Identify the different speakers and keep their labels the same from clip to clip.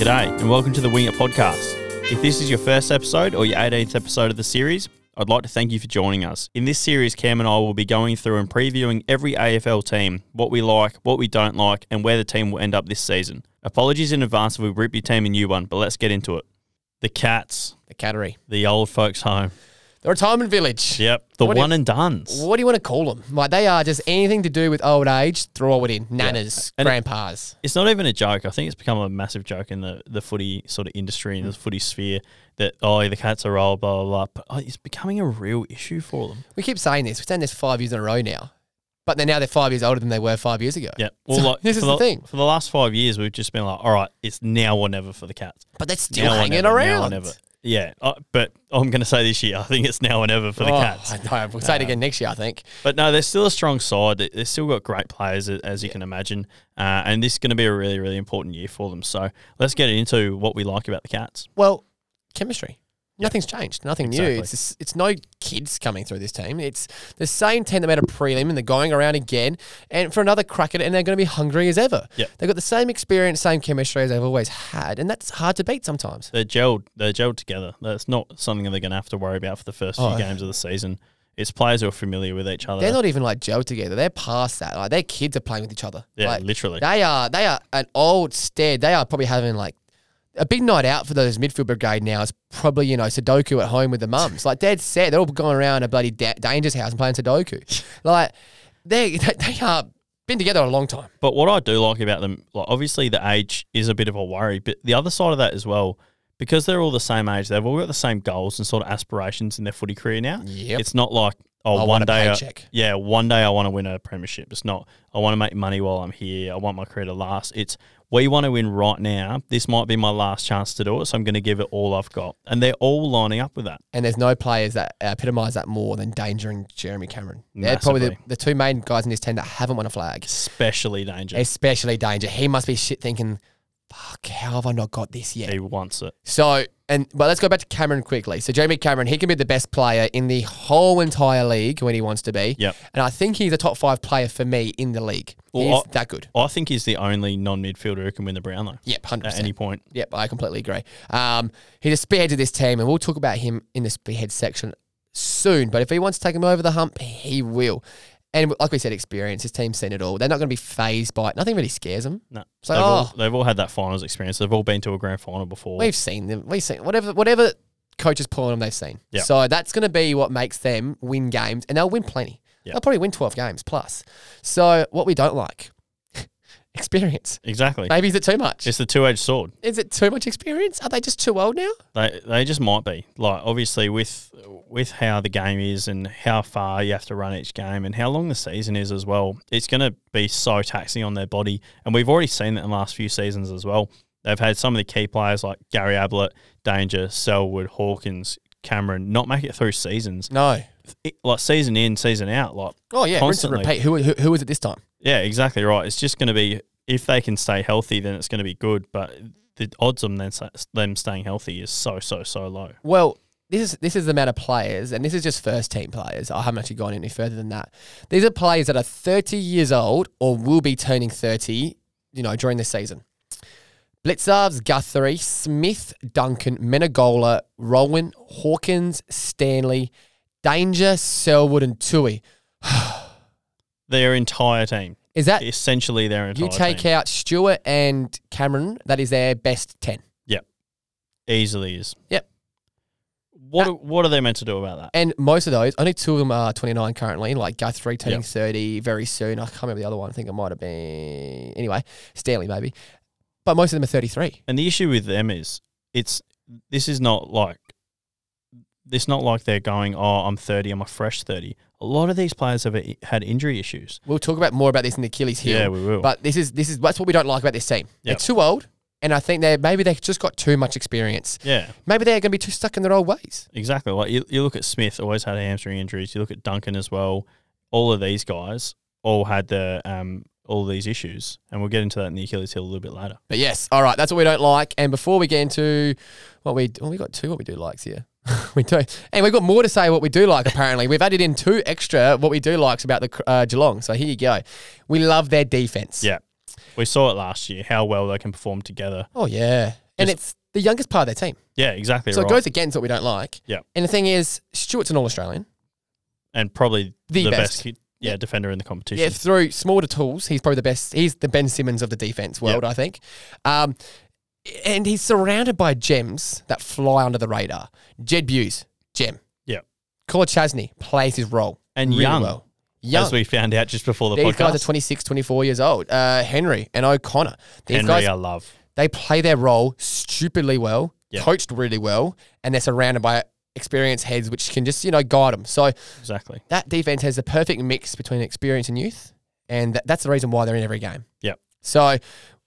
Speaker 1: G'day, and welcome to the Wing It podcast. If this is your first episode or your 18th episode of the series, I'd like to thank you for joining us. In this series, Cam and I will be going through and previewing every AFL team, what we like, what we don't like, and where the team will end up this season. Apologies in advance if we rip your team a new one, but let's get into it. The Cats,
Speaker 2: The Cattery.
Speaker 1: the old folks' home.
Speaker 2: The retirement village.
Speaker 1: Yep, the
Speaker 2: What do you-
Speaker 1: one and done's.
Speaker 2: What do you want to call them? Like they are just anything to do with old age, throw it in. Nanas,
Speaker 1: And-
Speaker 2: grandpas.
Speaker 1: it's not even a joke. I think it's become a massive joke in the, the footy sort of industry and the footy sphere that oh the cats are old blah blah blah. But oh, it's becoming a real issue for them.
Speaker 2: We keep saying this. We've done this five years in a row now. But they're now they're five years older than they were five years ago.
Speaker 1: Yeah. Well,
Speaker 2: So
Speaker 1: like,
Speaker 2: this
Speaker 1: for
Speaker 2: is the thing.
Speaker 1: For the last five years, we've just been like, all right, it's now or never for the cats.
Speaker 2: But they're still
Speaker 1: now or
Speaker 2: hanging
Speaker 1: never, Now or
Speaker 2: around.
Speaker 1: never. Yeah. Uh, but I'm going to say this year, I think it's now or never for the
Speaker 2: Oh,
Speaker 1: cats. Uh,
Speaker 2: I know. We'll say it again next year, I think.
Speaker 1: But no, they're still a strong side. They- They've still got great players, a- as you can imagine. Uh, and this is going to be a really, really important year for them. So let's get into what we like about the cats.
Speaker 2: Well, chemistry. Nothing's changed. Nothing
Speaker 1: Exactly.
Speaker 2: new. It's just, it's no kids coming through this team. It's the same ten that made a prelim, and they're going around again, and for another crack at it, and they're going to be hungry as ever.
Speaker 1: Yep.
Speaker 2: they've got the same experience, same chemistry as they've always had, and that's hard to beat sometimes.
Speaker 1: They're gelled. They're gelled together. That's not something that they're going to have to worry about for the first
Speaker 2: Oh,
Speaker 1: few
Speaker 2: yeah.
Speaker 1: games of the season. It's players who are familiar with each other.
Speaker 2: They're not even like gelled together. They're past that. Like their kids are playing with each other.
Speaker 1: yeah,
Speaker 2: Like,
Speaker 1: literally.
Speaker 2: They are they are an old stead. They are probably having like a big night out for those midfield brigade now is probably, you know, Sudoku at home with the mums. Like, dead set. They're all going around a bloody da- danger's house and playing Sudoku. Like, they, they, they are been together a long time.
Speaker 1: But what I do like about them, like obviously the age is a bit of a worry, but the other side of that as well, because they're all the same age, they've all got the same goals and sort of aspirations in their footy career now.
Speaker 2: Yep.
Speaker 1: It's not like oh,
Speaker 2: I
Speaker 1: one
Speaker 2: want a
Speaker 1: day, I-
Speaker 2: paycheck.
Speaker 1: yeah, one day I want to win a premiership. It's not I want to make money while I'm here. I want my career to last. It's we want to win right now. This might be my last chance to do it, so I'm going to give it all I've got. And they're all lining up with that.
Speaker 2: And there's no players that epitomise that more than Danger and Jeremy Cameron. They're probably
Speaker 1: Massively.
Speaker 2: the, the two main guys in this team that haven't won a flag.
Speaker 1: Especially danger.
Speaker 2: Especially Danger. He must be shit thinking, fuck, how have I not got this yet?
Speaker 1: He wants it.
Speaker 2: So, and but let's go back to Cameron quickly. So, Jamie Cameron, he can be the best player in the whole entire league when he wants to be.
Speaker 1: Yep.
Speaker 2: And I think he's a top five player for me in the league.
Speaker 1: Well,
Speaker 2: he's
Speaker 1: I-
Speaker 2: that good.
Speaker 1: I think he's the only non-midfielder who can win the Brownlow
Speaker 2: Yep, hundred
Speaker 1: at any
Speaker 2: percent.
Speaker 1: point.
Speaker 2: Yep, I completely agree. Um, he's a spearhead to this team, and we'll talk about him in the spearhead section soon. But if he wants to take him over the hump, he will. And like we said, experience. His team's seen it all. They're not going to be phased by it. Nothing really scares them.
Speaker 1: No.
Speaker 2: It's like,
Speaker 1: they've, all,
Speaker 2: oh.
Speaker 1: they've all had that finals experience. They've all been to a grand final before.
Speaker 2: We've seen them. We've seen whatever whatever coaches pulling them. They've seen.
Speaker 1: Yeah.
Speaker 2: So that's going to be what makes them win games, and they'll win plenty.
Speaker 1: Yeah.
Speaker 2: They'll probably win twelve games plus. So what we don't like, experience.
Speaker 1: exactly.
Speaker 2: Maybe is it too much?
Speaker 1: It's the two edged sword.
Speaker 2: is it too much experience? Are they just too old now?
Speaker 1: They they just might be. Like obviously with with how the game is and how far you have to run each game and how long the season is as well, it's gonna be so taxing on their body. And we've already seen that in the last few seasons as well. They've had some of the key players like Gary Ablett, Danger, Selwood, Hawkins, Cameron not make it through seasons.
Speaker 2: No.
Speaker 1: It- like season in, season out, like
Speaker 2: Oh yeah. Rinse and
Speaker 1: Constantly.
Speaker 2: repeat. Who, who who is it this time?
Speaker 1: Yeah, exactly right. It's just going to be if they can stay healthy, then it's going to be good. But the odds on them them staying healthy is so so so low.
Speaker 2: Well, this is this is the amount of players, and this is just first team players. I haven't actually gone any further than that. These are players that are 30 years old or will be turning 30, you know, during the season. Blitzarves, Guthrie, Smith, Duncan, Menegola, Rowan, Hawkins, Stanley, Danger, Selwood, and Tui.
Speaker 1: Their entire team,
Speaker 2: Is that
Speaker 1: essentially their entire
Speaker 2: you take
Speaker 1: team,
Speaker 2: out Stewart and Cameron? That is their best 10.
Speaker 1: easily is.
Speaker 2: Yep. Uh,
Speaker 1: What are- what are they meant to do about that?
Speaker 2: And most of those, only two of them are 29 currently, like Guthrie turning
Speaker 1: Yep.
Speaker 2: 30 very soon. I can't remember the other one. I think it might have been, anyway, Stanley maybe. But most of them are 33.
Speaker 1: And the issue with them is it's this is not like it's not like they're going. Oh, I'm 30. I'm a fresh 30. A lot of these players have i- had injury issues.
Speaker 2: We'll talk about more about this in the Achilles heel.
Speaker 1: Yeah, we will.
Speaker 2: But this is, this is, that's what we don't like about this team.
Speaker 1: Yep.
Speaker 2: They're too old. And I think they maybe they've just got too much experience.
Speaker 1: yeah.
Speaker 2: Maybe they're going to be too stuck in their old ways.
Speaker 1: Exactly. Like you, you look at Smith, always had hamstring injuries. You look at Duncan as well. All of these guys all had the um all these issues, and we'll get into that in the Achilles heel a little bit later.
Speaker 2: But yes, all right, that's what we don't like. And before we get into what we well, we got two what we do likes here. we do, and we've got more to say what we do like. Apparently, we've added in two extra what we do likes about the uh, Geelong. So here you go. We love their defense.
Speaker 1: Yeah, we saw it last year how well they can perform together.
Speaker 2: Oh yeah. and
Speaker 1: Just-
Speaker 2: it's the youngest part of their team.
Speaker 1: Yeah, exactly
Speaker 2: So
Speaker 1: right.
Speaker 2: it goes against what we don't like.
Speaker 1: Yeah.
Speaker 2: And the thing is, Stewart's an All Australian.
Speaker 1: and probably
Speaker 2: The
Speaker 1: the,
Speaker 2: best.
Speaker 1: best, ki- yeah, defender in the competition.
Speaker 2: Yeah, through smaller tools, he's probably the best. He's the Ben Simmons of the defense world, I think. Um, and he's surrounded by gems that fly under the radar. Jed Buse, gem.
Speaker 1: Yeah.
Speaker 2: Kula Chasney plays his role
Speaker 1: And
Speaker 2: really
Speaker 1: young,
Speaker 2: well. Young.
Speaker 1: as we found out just before the
Speaker 2: These guys are
Speaker 1: podcast.
Speaker 2: 26, 24 years old. Uh, Henry and O'Connor. These
Speaker 1: Henry,
Speaker 2: guys,
Speaker 1: I love.
Speaker 2: they play their role stupidly well,
Speaker 1: Yeah.
Speaker 2: coached really well, and they're surrounded by experienced heads which can just, you know, guide them. So
Speaker 1: Exactly.
Speaker 2: that defense has the perfect mix between experience and youth, and that, that's the reason why they're in every game.
Speaker 1: Yep.
Speaker 2: So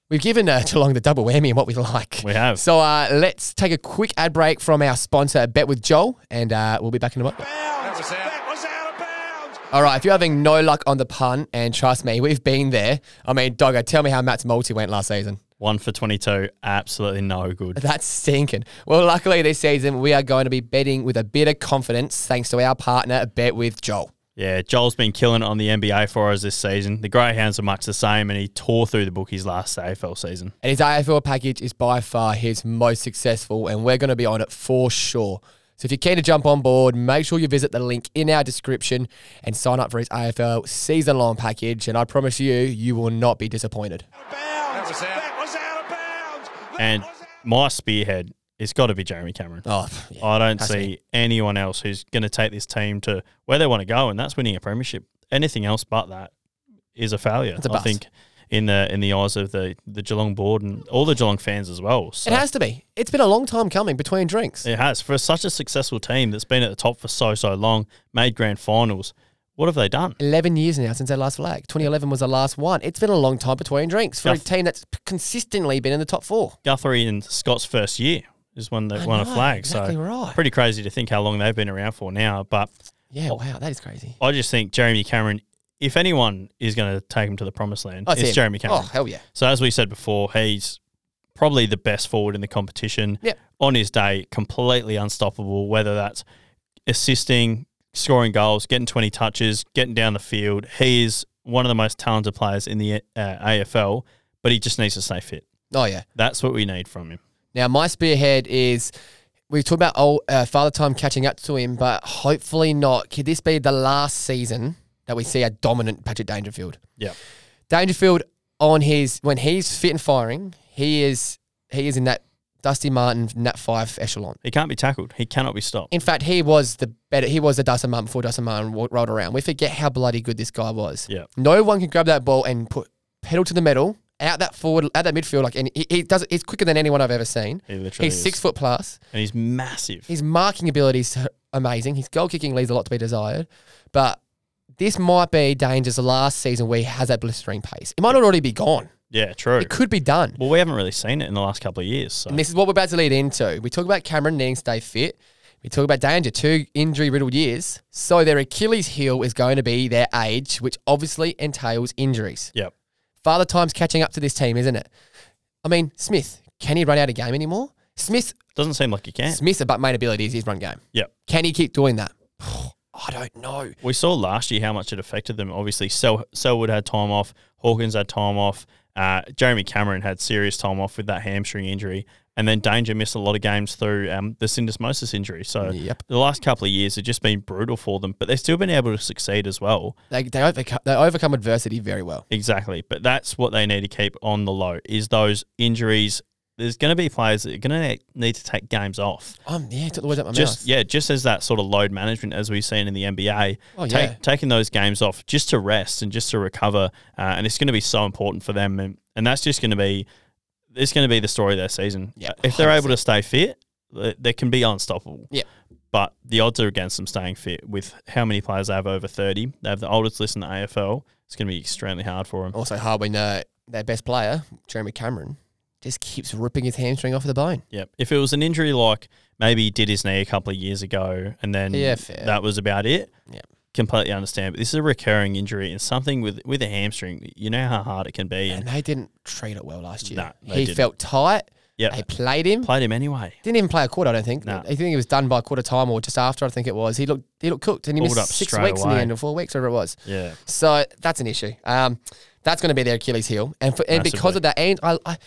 Speaker 2: we've given uh, Geelong the double whammy in what we like.
Speaker 1: We have.
Speaker 2: So uh, let's take a quick ad break from our sponsor, Bet with Joel, and uh, we'll be back in a moment.
Speaker 3: That was out. That was out of bounds.
Speaker 2: All right, if you're having no luck on the punt, and trust me, we've been there. I mean, Dogger, tell me how Matt's multi went last season.
Speaker 1: One for 22, absolutely no good.
Speaker 2: That's stinking. Well, luckily this season, we are going to be betting with a bit of confidence thanks to our partner, Bet with Joel.
Speaker 1: Yeah, Joel's been killing it on the NBA for us this season. The Greyhounds are much the same, and he tore through the bookies last AFL season.
Speaker 2: And his AFL package is by far his most successful, and we're going to be on it for sure. So if you're keen to jump on board, make sure you visit the link in our description and sign up for his AFL season long package. And I promise you, you will not be disappointed.
Speaker 3: Out of bounds. That was out. That was out of bounds. That
Speaker 1: And
Speaker 3: was out.
Speaker 1: my spearhead, it's got to be Jeremy Cameron.
Speaker 2: Oh, yeah.
Speaker 1: I don't
Speaker 2: I see.
Speaker 1: see anyone else who's going to take this team to where they want to go, and that's winning a premiership. Anything else but that is a failure.
Speaker 2: a
Speaker 1: I
Speaker 2: bust.
Speaker 1: think in the in the eyes of the the Geelong board and all the Geelong fans as well. So
Speaker 2: it has to be. It's been a long time coming between drinks.
Speaker 1: it has. for such a successful team that's been at the top for so so long, made grand finals. What have they done?
Speaker 2: 11 years now since their last flag. 2011 was the last one. It's been a long time between drinks for a
Speaker 1: Duff.
Speaker 2: team that's consistently been in the top four.
Speaker 1: Guthrie and Scott's first year is when they won a
Speaker 2: know,
Speaker 1: flag.
Speaker 2: exactly
Speaker 1: so
Speaker 2: right.
Speaker 1: pretty crazy to think how long they've been around for now. But
Speaker 2: Yeah, wow, that is crazy.
Speaker 1: I just think Jeremy Cameron, if anyone is going to take him to the promised land,
Speaker 2: Oh,
Speaker 1: it's
Speaker 2: him.
Speaker 1: Jeremy Cameron.
Speaker 2: Oh, hell yeah.
Speaker 1: So as we said before, he's probably the best forward in the competition.
Speaker 2: Yep.
Speaker 1: On his day, completely unstoppable, whether that's assisting, scoring goals, getting 20 touches, getting down the field. He is one of the most talented players in the uh, AFL, but he just needs to stay fit.
Speaker 2: Oh, yeah.
Speaker 1: That's what we need from him.
Speaker 2: Now, my spearhead is we've talked about old, uh, father time catching up to him, but hopefully not. Could this be the last season that we see a dominant Patrick Dangerfield?
Speaker 1: Yeah.
Speaker 2: Dangerfield on his when he's fit and firing, he is he is in that Dusty Martin Nat Five echelon.
Speaker 1: He can't be tackled. He cannot be stopped.
Speaker 2: In fact, he was the better. He was the Dustin Martin before Dustin Martin wa- rolled around. We forget how bloody good this guy was.
Speaker 1: Yeah.
Speaker 2: No one can grab that ball and put pedal to the metal out that forward out that midfield like and he, he does. it- He's quicker than anyone I've ever seen.
Speaker 1: He literally
Speaker 2: He's
Speaker 1: is.
Speaker 2: six foot plus.
Speaker 1: and he's massive.
Speaker 2: His marking ability is amazing. His goal kicking leaves a lot to be desired. But this might be Danger's last season where he has that blistering pace. It might already be gone.
Speaker 1: yeah, true.
Speaker 2: It could be done.
Speaker 1: Well, we haven't really seen it in the last couple of years. So.
Speaker 2: And this is what we're about to lead into. We talk about Cameron needing to stay fit. We talk about Danger, two injury riddled years. So their Achilles heel is going to be their age, which obviously entails injuries.
Speaker 1: Yep.
Speaker 2: Father Time's catching up to this team, isn't it? I mean, Smith, can he run out of game anymore? Smith,
Speaker 1: Doesn't seem like he can.
Speaker 2: Smith's about main ability is his run game.
Speaker 1: Eh. Yep.
Speaker 2: Can he keep doing that? I don't know.
Speaker 1: We saw last year how much it affected them. Obviously, Sel- Selwood had time off, Hawkins had time off, uh, Jeremy Cameron had serious time off with that hamstring injury, and then Danger missed a lot of games through um, the syndesmosis injury. So
Speaker 2: Yep.
Speaker 1: the last couple of years have just been brutal for them, but they've still been able to succeed as well.
Speaker 2: They they overcome, they overcome adversity very well.
Speaker 1: Exactly, but that's what they need to keep on the low is those injuries. There's going to be players that are going to need to take games off.
Speaker 2: Um, yeah, took the words out my
Speaker 1: just
Speaker 2: mouth.
Speaker 1: yeah, just as that sort of load management as we've seen in the NBA.
Speaker 2: Oh,
Speaker 1: take-
Speaker 2: yeah.
Speaker 1: taking those games off just to rest and just to recover, uh, and it's going to be so important for them, and, and that's just going to be it's going to be the story of their season. Uh,
Speaker 2: Yeah,
Speaker 1: if they're able to stay fit, th- they can be unstoppable.
Speaker 2: Yeah.
Speaker 1: But the odds are against them staying fit with how many players they have over 30. They have the oldest list in the AFL. It's going to be extremely hard for them.
Speaker 2: Also, hard when uh, their best player Jeremy Cameron just keeps ripping his hamstring off the bone.
Speaker 1: Yep. If it was an injury like maybe he did his knee a couple of years ago and then
Speaker 2: Yeah, fair.
Speaker 1: that was about it.
Speaker 2: Yep.
Speaker 1: Completely understand. But this is a recurring injury and something with with a hamstring, you know how hard it can be.
Speaker 2: And
Speaker 1: And
Speaker 2: they didn't treat it well last year.
Speaker 1: Nah, they
Speaker 2: he
Speaker 1: didn't.
Speaker 2: felt tight.
Speaker 1: yeah,
Speaker 2: They played him.
Speaker 1: played him anyway.
Speaker 2: Didn't even play a quarter. I don't think.
Speaker 1: Nah.
Speaker 2: I think he was done by quarter time or just after. I think it was. He looked he looked cooked and he
Speaker 1: Pulled
Speaker 2: missed
Speaker 1: up
Speaker 2: six
Speaker 1: straight
Speaker 2: weeks in the
Speaker 1: away.
Speaker 2: end or four weeks, whatever it was.
Speaker 1: Yeah.
Speaker 2: So that's an issue. Um, that's going to be their Achilles heel, and for, and because
Speaker 1: Massively.
Speaker 2: of that, and I, I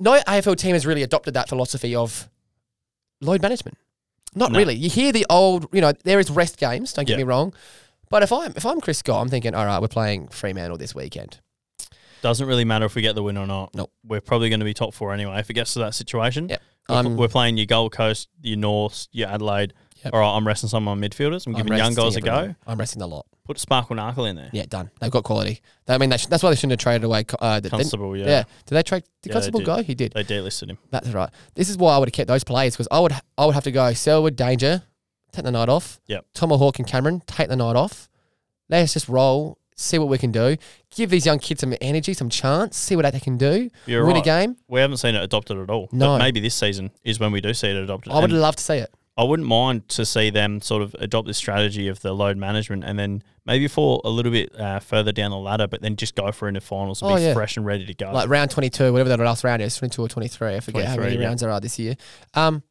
Speaker 2: no AFL team has really adopted that philosophy of load management. Not
Speaker 1: No.
Speaker 2: really. You hear the old, you know, there is rest games. Don't get
Speaker 1: Yeah.
Speaker 2: me wrong, but if I'm if I'm Chris Scott, I'm thinking, all right, we're playing Fremantle this weekend.
Speaker 1: Doesn't really matter if we get the win or not.
Speaker 2: Nope.
Speaker 1: We're probably going to be top four anyway if it gets to that situation.
Speaker 2: Yep.
Speaker 1: We're,
Speaker 2: I'm-
Speaker 1: we're playing your Gold Coast, your North, your Adelaide.
Speaker 2: Yep.
Speaker 1: All right, I'm resting some of my midfielders. I'm
Speaker 2: I'm
Speaker 1: giving young
Speaker 2: resting
Speaker 1: guys a go.
Speaker 2: everyone. I'm resting a lot.
Speaker 1: Put Sparkle Narkle in there.
Speaker 2: Yeah, done. They've got quality. I mean, they sh- that's why they shouldn't have traded away. Co- Uh, the,
Speaker 1: Constable, yeah.
Speaker 2: yeah. Did they trade? Did
Speaker 1: Yeah, they
Speaker 2: Constable
Speaker 1: did.
Speaker 2: go? He did.
Speaker 1: They delisted him.
Speaker 2: That's right. This is why I would have kept those players because I would I would have to go Selwood, Danger, take the night off.
Speaker 1: Yep.
Speaker 2: Tomahawk and Cameron, take the night off. Let's just roll, see what we can do. Give these young kids some energy, some chance, see what they can do.
Speaker 1: You're
Speaker 2: Win
Speaker 1: right.
Speaker 2: a game.
Speaker 1: We haven't seen it adopted at all.
Speaker 2: No.
Speaker 1: But maybe this season is when we do see it adopted.
Speaker 2: I would
Speaker 1: And
Speaker 2: love to see it.
Speaker 1: I wouldn't mind to see them sort of adopt this strategy of the load management and then maybe fall a little bit uh, further down the ladder, but then just go for in the finals and
Speaker 2: Oh,
Speaker 1: be
Speaker 2: yeah.
Speaker 1: fresh and ready to go.
Speaker 2: Like round 22, whatever the last round is, 22 or 23. I forget how
Speaker 1: 23,
Speaker 2: many
Speaker 1: yeah.
Speaker 2: rounds there are this year. Um,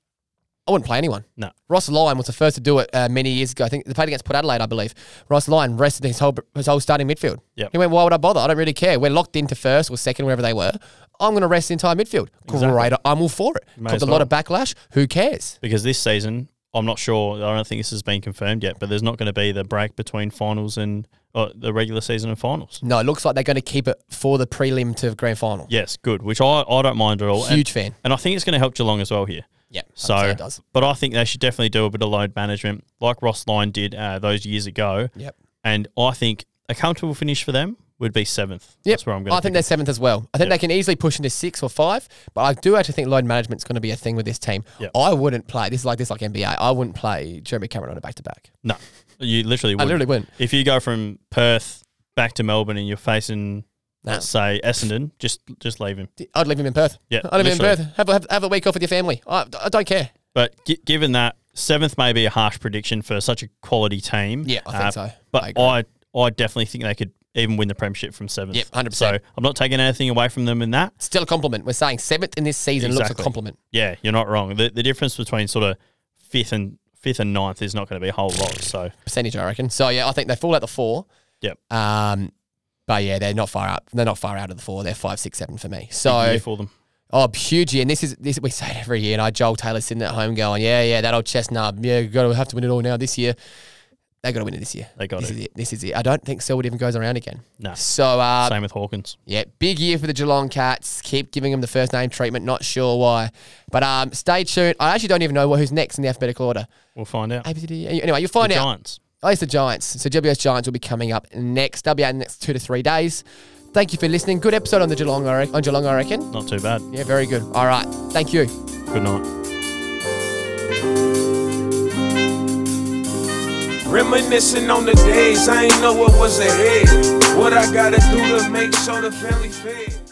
Speaker 2: I wouldn't play anyone.
Speaker 1: no.
Speaker 2: Ross Lyon was the first to do it uh, many years ago. I think they played against Port Adelaide, I believe. Ross Lyon rested his whole his whole starting midfield.
Speaker 1: Yep.
Speaker 2: He went, why would I bother? I don't really care. We're locked into first or second, wherever they were. I'm going to rest the entire midfield. Great. I'm all for it.
Speaker 1: May
Speaker 2: Caused
Speaker 1: as
Speaker 2: a lot
Speaker 1: well.
Speaker 2: of backlash. Who cares?
Speaker 1: Because this season, I'm not sure, I don't think this has been confirmed yet, but there's not going to be the break between finals and uh, the regular season and finals.
Speaker 2: No, it looks like they're going to keep it for the prelim to grand final.
Speaker 1: Yes, good, which I, I don't mind at all.
Speaker 2: Huge
Speaker 1: and,
Speaker 2: fan.
Speaker 1: And I think it's going to help Geelong as well here.
Speaker 2: Yeah.
Speaker 1: So,
Speaker 2: it does.
Speaker 1: but I think they should definitely do a bit of load management, like Ross Lyon did uh, those years ago.
Speaker 2: Yep.
Speaker 1: And I think a comfortable finish for them would be seventh.
Speaker 2: Yep.
Speaker 1: That's where I'm going.
Speaker 2: I think they're seventh as well. I
Speaker 1: Yep.
Speaker 2: think they can easily push into six or five, but I do actually think load management's going to be a thing with this team.
Speaker 1: Yep.
Speaker 2: I wouldn't play this is like this like NBA. I wouldn't play Jeremy Cameron on a back to back.
Speaker 1: No, you literally.
Speaker 2: I
Speaker 1: Wouldn't.
Speaker 2: literally wouldn't.
Speaker 1: If you go from Perth back to Melbourne and you're facing,
Speaker 2: No.
Speaker 1: let's say Essendon, just just leave him.
Speaker 2: I'd leave him in Perth.
Speaker 1: Yeah,
Speaker 2: I'd leave him in
Speaker 1: literally.
Speaker 2: Perth. Have, have, have a week off with your family. I, I don't care.
Speaker 1: But gi- given that seventh may be a harsh prediction for such a quality team. uh,
Speaker 2: Yeah, I think so. I
Speaker 1: But
Speaker 2: agree.
Speaker 1: I, I, definitely think they could even win the premiership from seventh.
Speaker 2: Yep, 100%.
Speaker 1: So I'm not taking anything away from them in that.
Speaker 2: Still a compliment. We're saying seventh in this season looks a
Speaker 1: Exactly.
Speaker 2: compliment.
Speaker 1: Yeah, you're not wrong. The, the difference between sort of fifth and fifth and ninth is not going to be a whole lot. So
Speaker 2: Percentage, I reckon. So yeah, I think they fall out the four.
Speaker 1: Yep.
Speaker 2: Um, but yeah, they're not far up. They're not far out of the four. They're five, six, seven for me.
Speaker 1: big
Speaker 2: So
Speaker 1: year for them.
Speaker 2: oh, huge year. And this is this we say it every year. And I Joel Taylor sitting at home going, yeah, yeah, that old chestnut. Yeah, got to have to win it all now this year. They got to win it this year.
Speaker 1: They got
Speaker 2: this
Speaker 1: it.
Speaker 2: is it. This is it. I don't think Selwood even goes around again.
Speaker 1: No.
Speaker 2: So uh,
Speaker 1: Same with Hawkins.
Speaker 2: Yeah, big year for the Geelong Cats. Keep giving them the first name treatment. Not sure why, but um, stay tuned. I actually don't even know who's next in the alphabetical order.
Speaker 1: We'll find out.
Speaker 2: A, B, C, D, E. Anyway, you'll find
Speaker 1: The
Speaker 2: out.
Speaker 1: Giants.
Speaker 2: Oh, it's the Giants. So GWS Giants will be coming up next. They'll be out in the next two to three days. Thank you for listening. Good episode on the Geelong. I rec- on Geelong, I reckon.
Speaker 1: Not too bad.
Speaker 2: Yeah, very good. All right, thank you.
Speaker 1: Good night.
Speaker 4: Reminiscing on the days I ain't know what was ahead. What I gotta do to make sure the family fed.